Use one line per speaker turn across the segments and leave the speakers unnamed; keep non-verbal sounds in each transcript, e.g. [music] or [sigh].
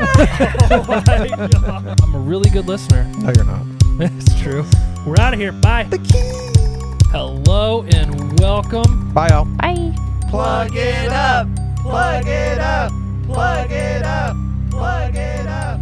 [laughs] oh my God. I'm a really good listener.
[laughs] No, you're not.
That's true. We're out of here. Bye. Hello and welcome.
Bye, y'all.
Bye.
Plug it up. Plug it up. Plug it up. Plug it up. Plug it up.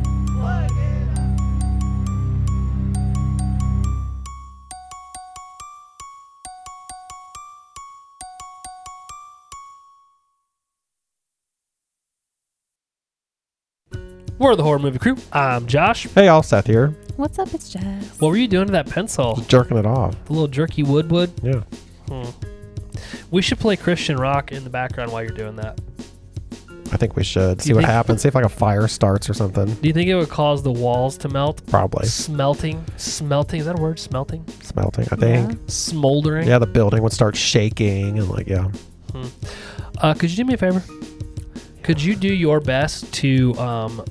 We're the Horror Movie Crew. I'm Josh.
Hey, y'all. Seth here.
What's up? It's Jess.
What were you doing to that pencil?
Just jerking it off.
The little jerky wood wood?
Yeah.
We should play Christian rock in the background while you're doing that.
I think we should. See
You
what
think-
happens. See if like a fire starts or something.
Do you think it would cause the walls to melt?
Probably.
Smelting. Smelting. Is that a word? Smelting?
Smelting, I think. Yeah.
Smoldering?
the building would start shaking and like, yeah.
Uh, could you do me a favor? Could you do your best to, um,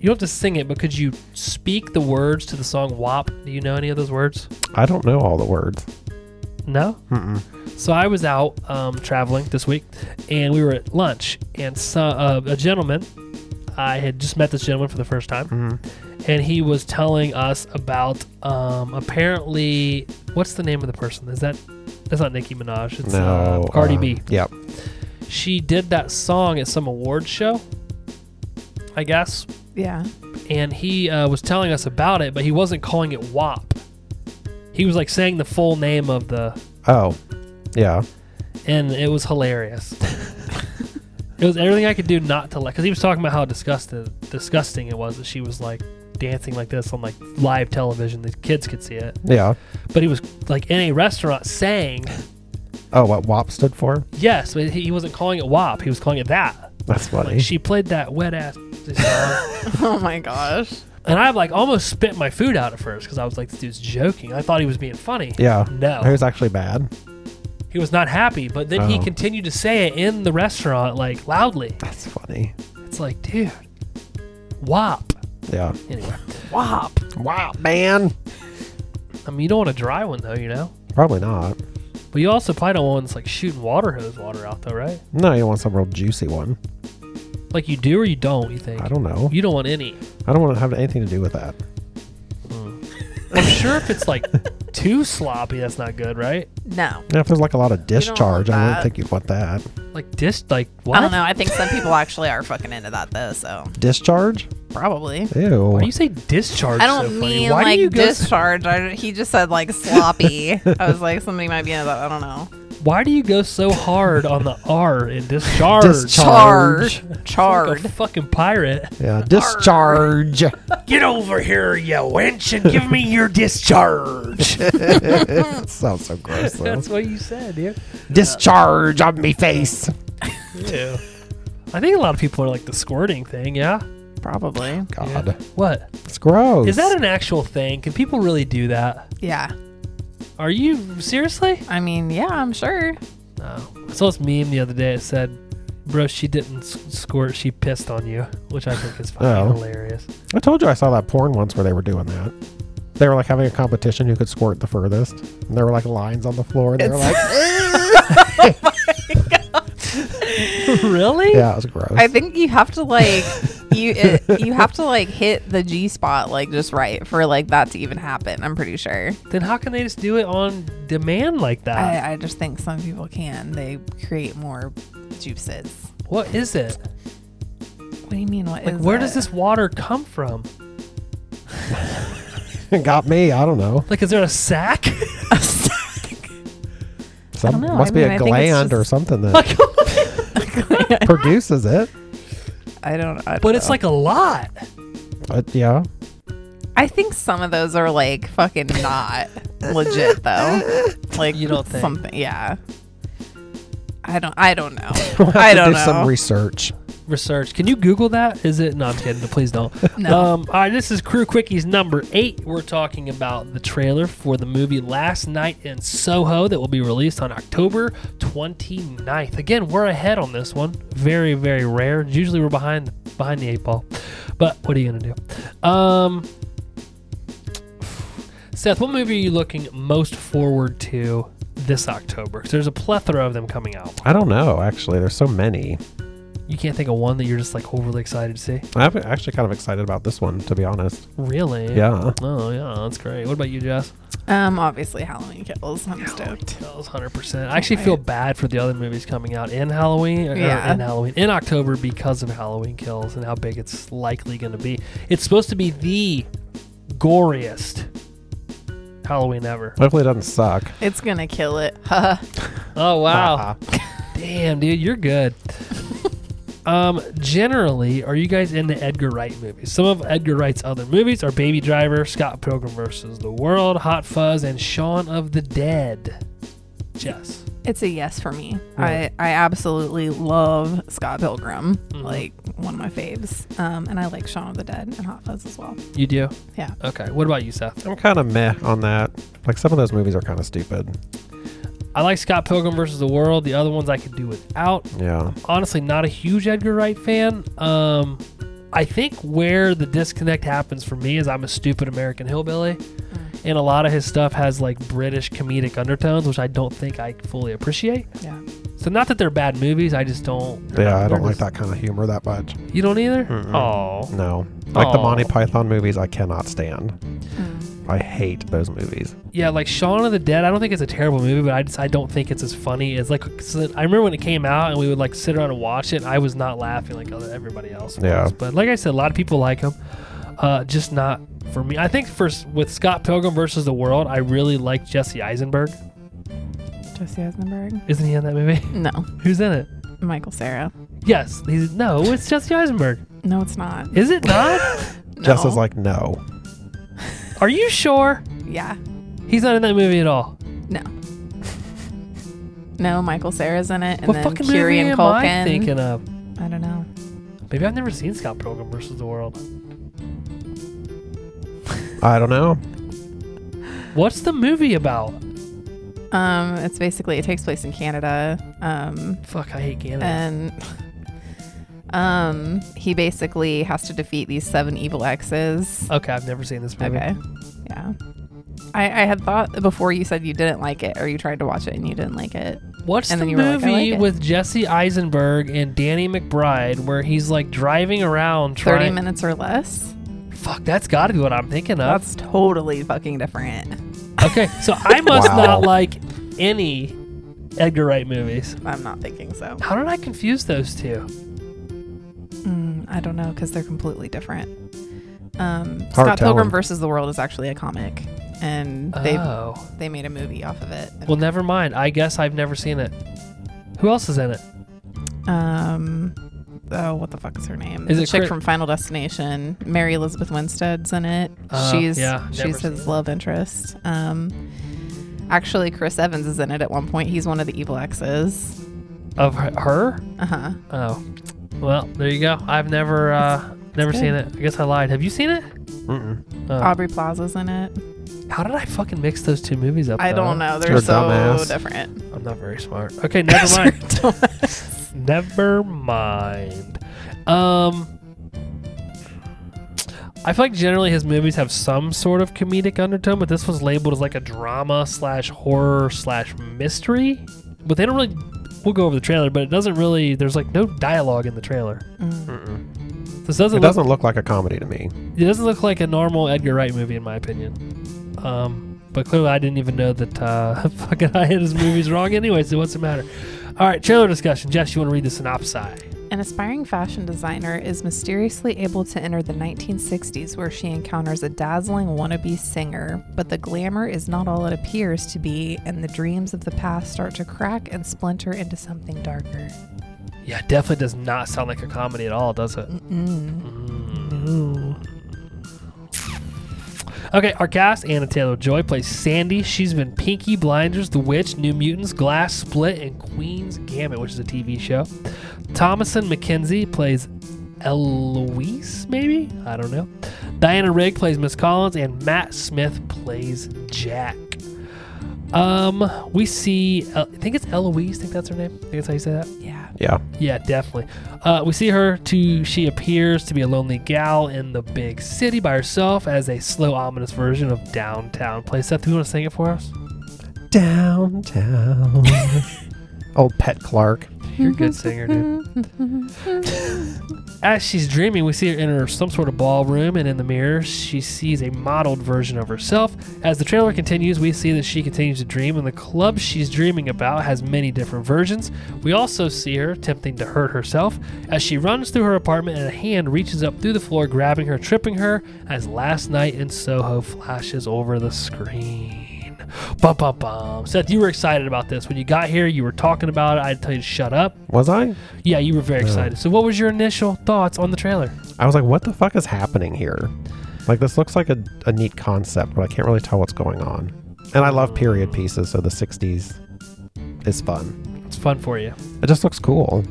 you don't have to sing it, but could you speak the words to the song WAP? Do you know any of those words?
I don't know all the words.
No?
Mm-mm.
So I was out um, traveling this week, and we were at lunch, and so, uh, a gentleman, I had just met this gentleman for the first time, and he was telling us about um, apparently what's the name of the person? Is that that's not Nicki Minaj? It's
No.
uh, Cardi
um,
B.
Yep.
She did that song at some awards show, I guess,
Yeah. [laughs]
and he uh, was telling us about it, but he wasn't calling it WAP. He was like saying the full name of the
Oh. Yeah.
and it was hilarious. it was everything I could do not to like, because he was talking about how disgusted, disgusting it was that she was like dancing like this on like live television. The kids could see it,
Yeah.
but he was like in a restaurant saying
Oh, what WAP stood for?
yes, but he, he wasn't calling it WAP. He was calling it that.
That's funny.
Like she played that wet ass.
[laughs]
song.
Oh my gosh.
and I like almost spit my food out at first because I was like, this dude's joking. I thought he was being funny.
yeah.
No.
It was actually bad.
He was not happy, but then he
Oh.
continued to say it in the restaurant like loudly.
That's funny.
It's like, dude, WAP.
Yeah.
Anyway,
Wop.
Wow, man.
I mean, you don't want a dry one though, you know.
Probably not.
But you also probably don't want one that's like shooting water hose water out though, right?
No, you want some real juicy one.
Like you do or you don't. You think?
I don't know.
You don't want any.
I don't want to have anything to do with that.
I'm sure if it's
[laughs]
like too sloppy, that's not good, right?
No.
Yeah, if there's like a lot of discharge, I
that.
don't think you want that.
Like dis, like what?
I don't know. I think some people actually are fucking into that though. So
Discharge?
probably.
Ew.
Why do you say discharge?
I don't
so funny?
mean
Why do you
like
go,
discharge. I, he just said like sloppy.
[laughs]
I was like, somebody might be into that. I don't know.
Why do you go so hard on
[laughs]
the R in discharge?
Discharge.
Char.
Charge.
Like
Charred.
a fucking pirate. [laughs]
yeah, discharge.
Get over here, you wench, and give me your discharge.
[laughs] That sounds so gross.
[laughs]
Though.
That's what you said, dude.
discharge on me face.
Yeah. I think a lot of people are like the squirting thing, yeah?
Probably.
God,
What?
it's gross.
Is that an actual thing? Can people really do that?
Yeah.
Are you seriously?
I mean, yeah, I'm sure.
No. I saw this meme the other day. It said, Bro, she didn't s- squirt, she pissed on you, which I think is fucking
Oh.
hilarious. [laughs]
I told you I saw that porn once where they were doing that. They were like having a competition who could squirt the furthest. And there were like lines on the floor. And they
[laughs]
were like,
really?
yeah, it was gross.
I think you have to like you it, you have to like hit the G spot like just right for like that to even happen. I'm pretty sure.
Then how can they just do it on demand like that?
I, uh, I just think some people can. They create more juices.
what is it?
What do you mean? What is?
Like, where
it?
does this water come from?
[laughs] It got me. I don't know.
Like, is there a sack? [laughs]
[laughs]
Some,
know.
Must
I
be
mean, I
a
think it's
gland or
just- [laughs]
something [laughs] that produces it.
I don't. I don't
[laughs] but it's
know.
like a lot.
But yeah,
I think some of those are like fucking not legit [laughs] though. Like
You don't think?
something? Yeah. I don't. I don't
[laughs]
know.
we'll have
I
to
don't
do
know.
some research.
research. Can you Google that? Is it? No, I'm kidding. Please don't.
No.
Um, all right, this is Crew Quickies number eight. We're talking about the trailer for the movie Last Night in Soho that will be released on October 29th. Again, we're ahead on this one. Very, very rare. Usually we're behind behind the eight ball. But what are you gonna do? Um, Seth, what movie are you looking most forward to this October? 'Cause there's a plethora of them coming out.
I don't know, actually. There's so many.
You can't think of one that you're just like overly excited to see.
I'm actually kind of excited about this one, to be honest.
Really?
Yeah.
Oh yeah, that's great. What about you, Jess?
Um, obviously Halloween Kills. I'm stoked.
That was hundred percent. I actually feel bad for the other movies coming out in Halloween, or
Yeah.
in Halloween, in October because of Halloween Kills and how big it's likely going to be. It's supposed to be the goriest Halloween ever.
Hopefully it doesn't suck.
It's gonna kill it. [laughs] Huh.
Oh
Uh-huh.
wow! Damn, dude, you're good. um, generally, are you guys into Edgar Wright movies? Some of Edgar Wright's other movies are Baby Driver, Scott Pilgrim versus the World, Hot Fuzz, and Shaun of the Dead. Jess.
It's a yes for me.
Really?
I, I absolutely love Scott Pilgrim,
Mhm.
like one of my faves. Um, and I like Shaun of the Dead and Hot Fuzz as well.
You do?
Yeah.
Okay. What about you, Seth?
[laughs] I'm kind of meh on that. Like some of those movies are kind of stupid.
I like Scott Pilgrim versus the World. The other ones I could do without.
Yeah.
honestly not a huge Edgar Wright fan. Um, I think where the disconnect happens for me is I'm a stupid American hillbilly, and a lot of his stuff has like British comedic undertones, which I don't think I fully appreciate.
Yeah.
So not that they're bad movies, I just don't. they're
Yeah,
not-
I don't
they're
like
just-
that kind of humor that much.
You don't either.
Mm-mm.
Oh,
No. Like the Monty
Aw.
Python movies, I cannot stand.
Mm.
I hate those movies.
yeah, like Shaun of the Dead. I don't think it's a terrible movie, but I just I don't think it's as funny as like. 'cause I remember when it came out and we would like sit around and watch it. And I was not laughing like other everybody else. Was.
Yeah.
But like I said, a lot of people like him. Uh, just not for me. I think first with Scott Pilgrim versus the World, I really like Jesse Eisenberg.
Jesse Eisenberg?
Isn't he in that movie? [laughs]
No.
Who's in it?
Michael Sarah.
Yes, he's no. It's Jesse Eisenberg.
No, it's not.
Is it
[laughs]
not?
No.
Jess is like, no.
Are you sure
Yeah.
he's not in that movie at all?
No. No, Michael Sarah's in it. And
what
then
fucking
Kiri
movie
and
am
Culkin.
I thinking of?
I don't know.
Maybe I've never seen Scott Pilgrim versus the World.
I don't know.
What's the movie about?
Um, it's basically it takes place in Canada. Um,
Fuck, I hate Canada.
and [laughs] um, he basically has to defeat these seven evil exes.
okay, I've never seen this movie.
Okay, yeah. I, I had thought before you said you didn't like it, or you tried to watch it and you didn't like it.
What's
And
the
then you were like,
movie
"I like it."
with Jesse Eisenberg and Danny McBride where he's like driving around
Thirty
trying?
minutes or less.
Fuck, that's got to be what I'm thinking of.
That's totally fucking different.
okay, so
[laughs]
I must
Wow.
not like any Edgar Wright movies.
I'm not thinking so.
How did I confuse those two?
Mm, I don't know because they're completely different. Um,
Hard
Scott Pilgrim
telling. Ah.
versus the World is actually a comic, and they
oh,
they made a movie off of it.
well, never mind. I guess I've never seen it. Who else is in it?
um oh what the fuck is her name
Is
the
it
chick
Chris-
from final destination mary elizabeth winstead's in it
Uh,
she's
yeah, never
she's
seen
his
it.
love interest um actually chris evans is in it at one point he's one of the evil exes
Of her- her?
uh-huh
Oh, well, there you go. I've never, uh, never
good.
seen it. I guess I lied. Have you seen it?
Mm-mm.
Oh.
aubrey plaza's in it
How did I fucking mix those two movies up?
i
though?
don't know they're
You're a
so
dumbass.
different
I'm not very smart. Okay, never mind. never mind. Um, I feel like generally his movies have some sort of comedic undertone, but this was labeled as like a drama slash horror slash mystery. But they don't really. We'll go over the trailer, but it doesn't really. There's like no dialogue in the trailer.
Mm.
Mm-mm.
This doesn't.
It
look-
doesn't look like a comedy to me.
it doesn't look like a normal Edgar Wright movie, in my opinion. Um, but clearly, I didn't even know that uh, [laughs] fucking I had his movies wrong anyway, so what's the matter? All right, trailer discussion. Jess, you want to read the synopsis?
An aspiring fashion designer is mysteriously able to enter the 1960s where she encounters a dazzling wannabe singer, but the glamour is not all it appears to be, and the dreams of the past start to crack and splinter into something darker.
Yeah, it definitely does not sound like a comedy at all, does it?
Mm,
Okay, our cast Anna Taylor Joy plays Sandy. She's been Pinky Blinders, The Witch, New Mutants, Glass Split, and Queen's Gambit, which is a TV show. Thomason McKenzie plays Eloise, maybe? I don't know. Diana Rigg plays Miss Collins, and Matt Smith plays Jack. Um, we see, uh, I think it's Eloise, I think that's her name. I think that's how you say that.
Yeah.
Yeah.
Yeah, definitely. Uh, we see her to she appears to be a lonely gal in the big city by herself as a slow, ominous version of downtown. Play Seth, do you want to sing it for us?
Downtown. Old Pet Clark.
You're a good singer, dude. As she's dreaming, we see her enter some sort of ballroom, and in the mirror, she sees a modeled version of herself. As the trailer continues, we see that she continues to dream, and the club she's dreaming about has many different versions. We also see her attempting to hurt herself as she runs through her apartment, and a hand reaches up through the floor, grabbing her, tripping her, as last night in Soho flashes over the screen. Bum, bum, bum. Seth, you were excited about this. When you got here, you were talking about it. I had to tell you to shut up.
Was I?
Yeah, you were very excited. So, what was your initial thoughts on the trailer?
I was like, what the fuck is happening here? Like, this looks like a, a neat concept, but I can't really tell what's going on. And I love period pieces, so the 60s is fun.
It's fun for you.
It just looks cool.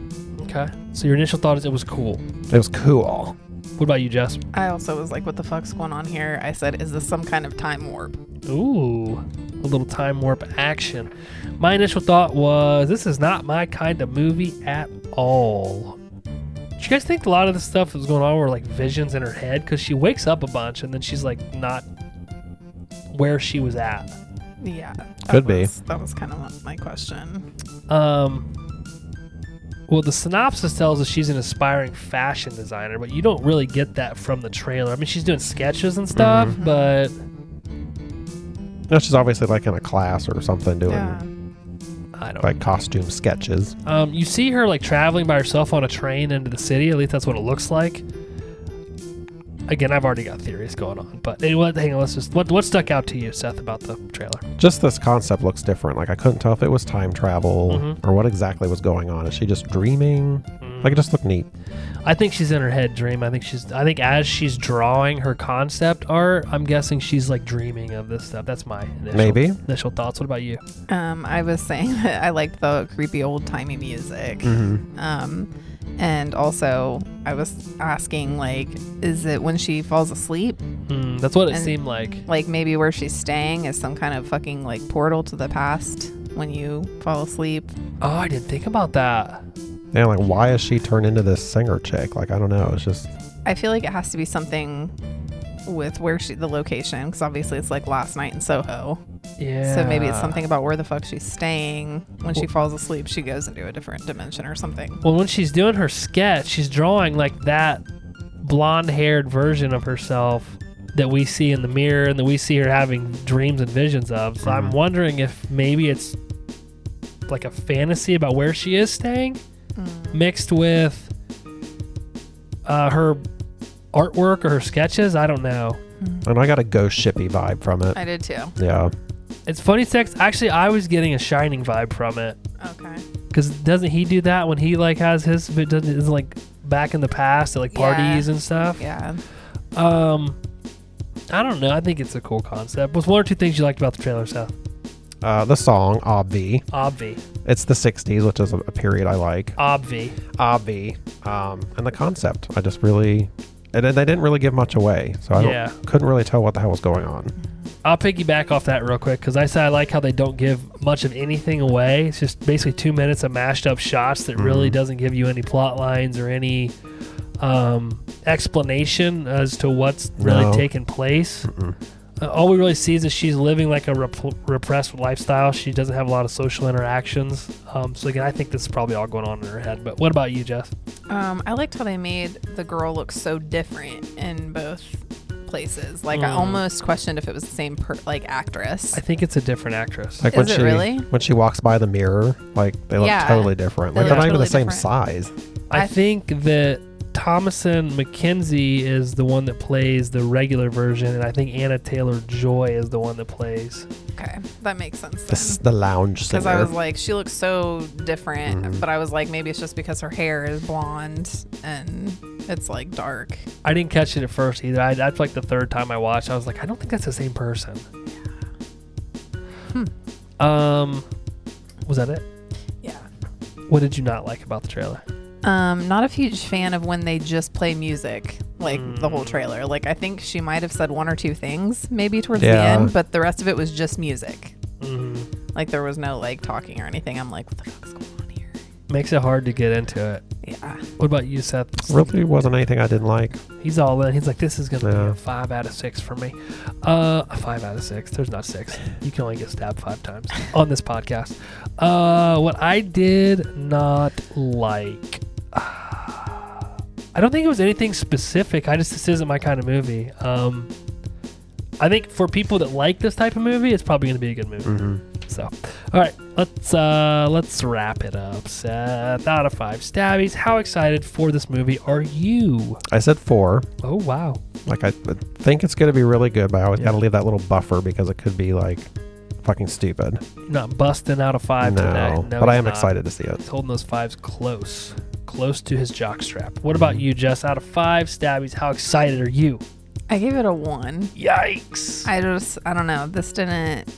Okay. So, your initial thought is it was cool.
It was cool.
What about you, Jess?
I also was like, what the fuck's going on here? I said, is this some kind of time warp?
Ooh, a little time warp action. My initial thought was this is not my kind of movie at all. Do you guys think a lot of the stuff that was going on were like visions in her head? Because she wakes up a bunch and then she's like not where she was at.
Yeah. that
Could be.
was- That was kind of my question.
Um, well, the synopsis tells us she's an aspiring fashion designer, but you don't really get that from the trailer. I mean, she's doing sketches and stuff,
Mm-hmm.
but
No, she's obviously like in a class or something doing
Yeah.
I don't.
like costume sketches.
Um, you see her like traveling by herself on a train into the city. At least that's what it looks like. Again, I've already got theories going on, but anyway, hang on. Let's just what what stuck out to you, Seth, about the trailer?
Just this concept looks different. Like, I couldn't tell if it was time travel
Mhm.
Mm-hmm.
or what exactly was going on. Is she just dreaming? Like, it just looked neat.
I think she's in her head dream. I think she's. I think as she's drawing her concept art, I'm guessing she's like dreaming of this stuff. That's my initial,
Maybe.
initial thoughts. What about you?
Um, I was saying [laughs] that I like the creepy old timey music. Um, and also, I was asking, like, is it when she falls asleep?
Mm, that's what it
And-
seemed like.
Like, maybe where she's staying is some kind of fucking, like, portal to the past when you fall asleep.
Oh, I didn't think about that.
Yeah, like, why is she turned into this singer chick? Like, I don't know. It's just,
I feel like it has to be something with where she, the location, because obviously it's like last night in Soho.
Yeah.
So maybe it's something about where the fuck she's staying. When she falls asleep, she goes into a different dimension or something.
Well, when she's doing her sketch, she's drawing like that blonde-haired version of herself that we see in the mirror and that we see her having dreams and visions of. So I'm wondering if maybe it's like a fantasy about where she is staying,
Mm.
mixed with uh, her artwork or her sketches. I don't know.
and I got a ghost shippy vibe from it.
I did too.
yeah.
It's funny sex. Actually, I was getting a shining vibe from it.
Okay.
Because doesn't he do that when he like has his? But doesn't isn't like back in the past at like
Yeah.
parties and stuff.
Yeah.
Um, I don't know. I think it's a cool concept. What's one or two things you liked about the trailer, Seth?
Uh, the song, Obvi.
Obvi,
It's the 60s, which is a, a period I like.
obvi.
Obvi. Um, and the concept. I just really. And then they didn't really give much away. So I
Yeah.
don't, couldn't really tell what the hell was going on.
I'll piggyback off that real quick because I said I like how they don't give much of anything away. It's just basically two minutes of mashed up shots that really doesn't give you any plot lines or any um, explanation as to what's really
No.
taken place. Uh, all we really see is that she's living like a rep- repressed lifestyle. She doesn't have a lot of social interactions. Um, so again, I think this is probably all going on in her head. But what about you, Jeff?
Um, I liked how they made the girl look so different in both places. Like I almost questioned if it was the same per- like actress.
I think it's a different actress.
Like
Is it
she
really?
when she walks by the mirror, like they look
Yeah.
totally different.
They
Like they're
look
not even the
totally
same size.
I,
I-
think that Thomason McKenzie is the one that plays the regular version, and I think Anna Taylor Joy is the one that plays.
Okay, that makes sense.
The, s- the lounge
Because
singer.
I was like, she looks so different,
Mm-hmm.
but I was like, maybe it's just because her hair is blonde and it's like dark.
I didn't catch it at first either. I, that's like the third time I watched. I was like, I don't think that's the same person. Um, was that it?
Yeah.
Um, What did you not like about the trailer?
Um, not a huge fan of when they just play music, like the whole trailer. Like I think she might have said one or two things maybe towards the
Yeah.
end, but the rest of it was just music.
Mhm.
Mm-hmm.
Like there was no like talking or anything. I'm like, what the fuck's going on here?
Makes it hard to get into it.
Yeah.
What about you, Seth?
Really wasn't anything I didn't like.
He's all in. He's like, this is gonna be
Yeah.
a five out of six for me. Uh, a five out of six. There's not six. You can only get stabbed five times on this podcast. Uh, what I did not like. [sighs] I don't think it was anything specific. I just this isn't my kind of movie. Um, I think for people that like this type of movie, it's probably gonna be a good movie.
Mm.
So, all right, let's uh, let's wrap it up. Seth, out of five stabbies, how excited for this movie are you?
I said four.
Oh wow.
Like I I think it's gonna be really good, but I always
Yeah.
gotta leave that little buffer because it could be like fucking stupid.
not busting out a five
no,
today. No,
but I
he's
am
not.
excited to see it.
He's holding those fives close, close to his jockstrap. What about you, Jess? Out of five stabbies, how excited are you?
I gave it a one.
Yikes!
I just I don't know. This didn't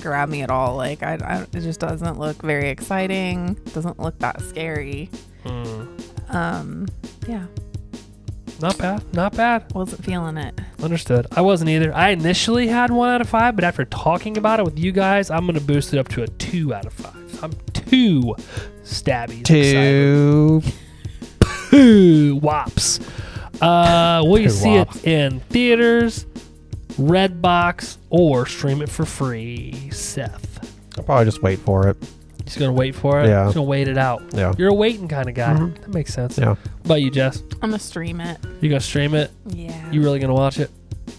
grab me at all. Like I, I it just doesn't look very exciting. Doesn't look that scary.
Mm.
Um, yeah,
Not bad, not bad.
wasn't feeling it.
Understood. I wasn't either. I initially had one out of five, but after talking about it with you guys, I'm gonna boost it up to a two out of five. I'm two stabbies. excited.
Two.
Poo wops. Uh, will you
Poo
see
wops.
it in theaters, Redbox, or stream it for free? Seth,
I'll probably just wait for it.
just gonna wait for it.
Yeah.
just gonna wait it out.
Yeah.
You're a waiting kind of guy.
Mhm.
That makes sense.
Yeah.
What about you, Jess?
I'm gonna stream it.
You gonna stream it?
Yeah,
You really gonna watch it?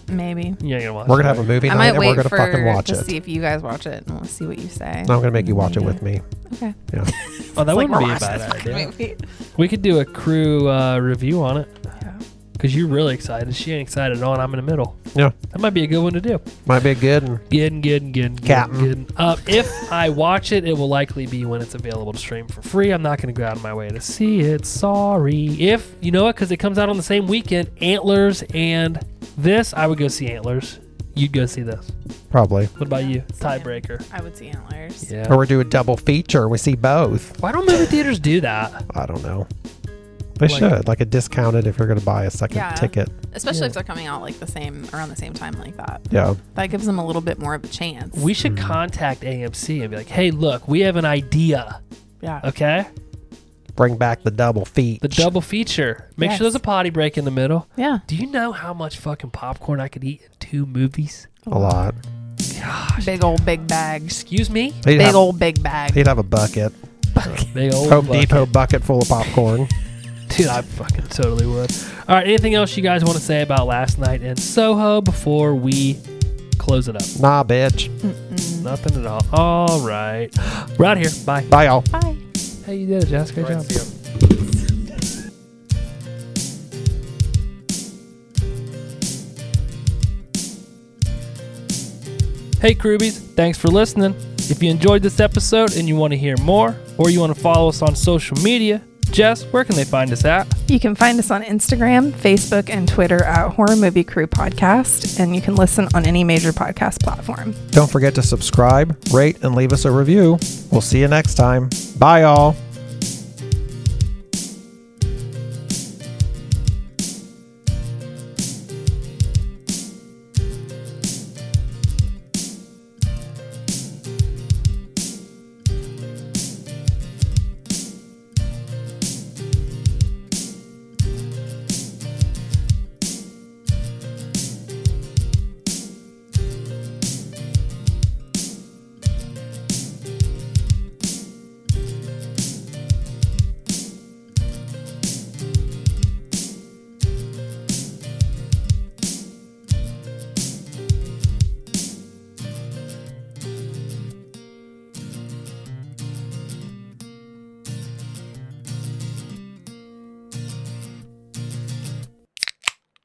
maybe.
You ain't gonna watch.
We're
it,
gonna have a
right?
movie
I
night
might
and we're
wait
gonna
for
fucking watch
to
it.
see if you guys watch it and we'll see what you say.
No, I'm gonna make you watch it with me.
Okay.
Oh, that
Yeah.
It's like
wouldn't
we're
be a
watching this
bad
fucking
idea.
movie.
We could do a crew uh, review on it
Yeah.
because you're really excited. She ain't excited at all, and I'm in the middle.
Yeah.
That might be a good one to do.
Might be good and
Good, good, good,
Captain.
good. Uh, if I watch it, it will likely be when it's available to stream for free. I'm not going to go out of my way to see it. Sorry. If you know what, because it comes out on the same weekend, Antlers and this, I would go see Antlers. You'd go see this.
probably.
What about you?
Same.
Tiebreaker.
I would see antlers.
Yeah.
Or we do a double feature. We see both.
Why don't movie theaters do that?
I don't know. They
Like-
should like a discounted if you're gonna buy a second
Yeah.
ticket.
Especially
Yeah.
if they're coming out like the same around the same time like that.
Yeah.
That gives them a little bit more of a chance.
We should contact AMC and be like, hey, look, we have an idea.
yeah.
Okay?
Bring back the double feature.
The double feature. Make
Yes.
sure there's a potty break in the middle.
Yeah.
Do you know how much fucking popcorn I could eat in two movies?
a lot.
Big old big bags.
Excuse me?
He'd
Big
have,
old big bag.
He'd have a bucket.
Big old
Home
bucket.
Depot bucket full of popcorn.
Dude, I fucking totally would. All right, anything else you guys want to say about last night in Soho before we close it up?
nah, bitch.
Nothing at all. All right. We're out here. Bye.
Bye, y'all.
Bye.
Hey, you did it, Jess. Great job. Hey, Krubies, thanks for listening. If you enjoyed this episode and you want to hear more, or you want to follow us on social media, Jess, where can they find us at?
You can find us on Instagram, Facebook, and Twitter at Horror Movie Crew Podcast, and you can listen on any major podcast platform.
Don't forget to subscribe, rate, and leave us a review. We'll see you next time. Bye, y'all.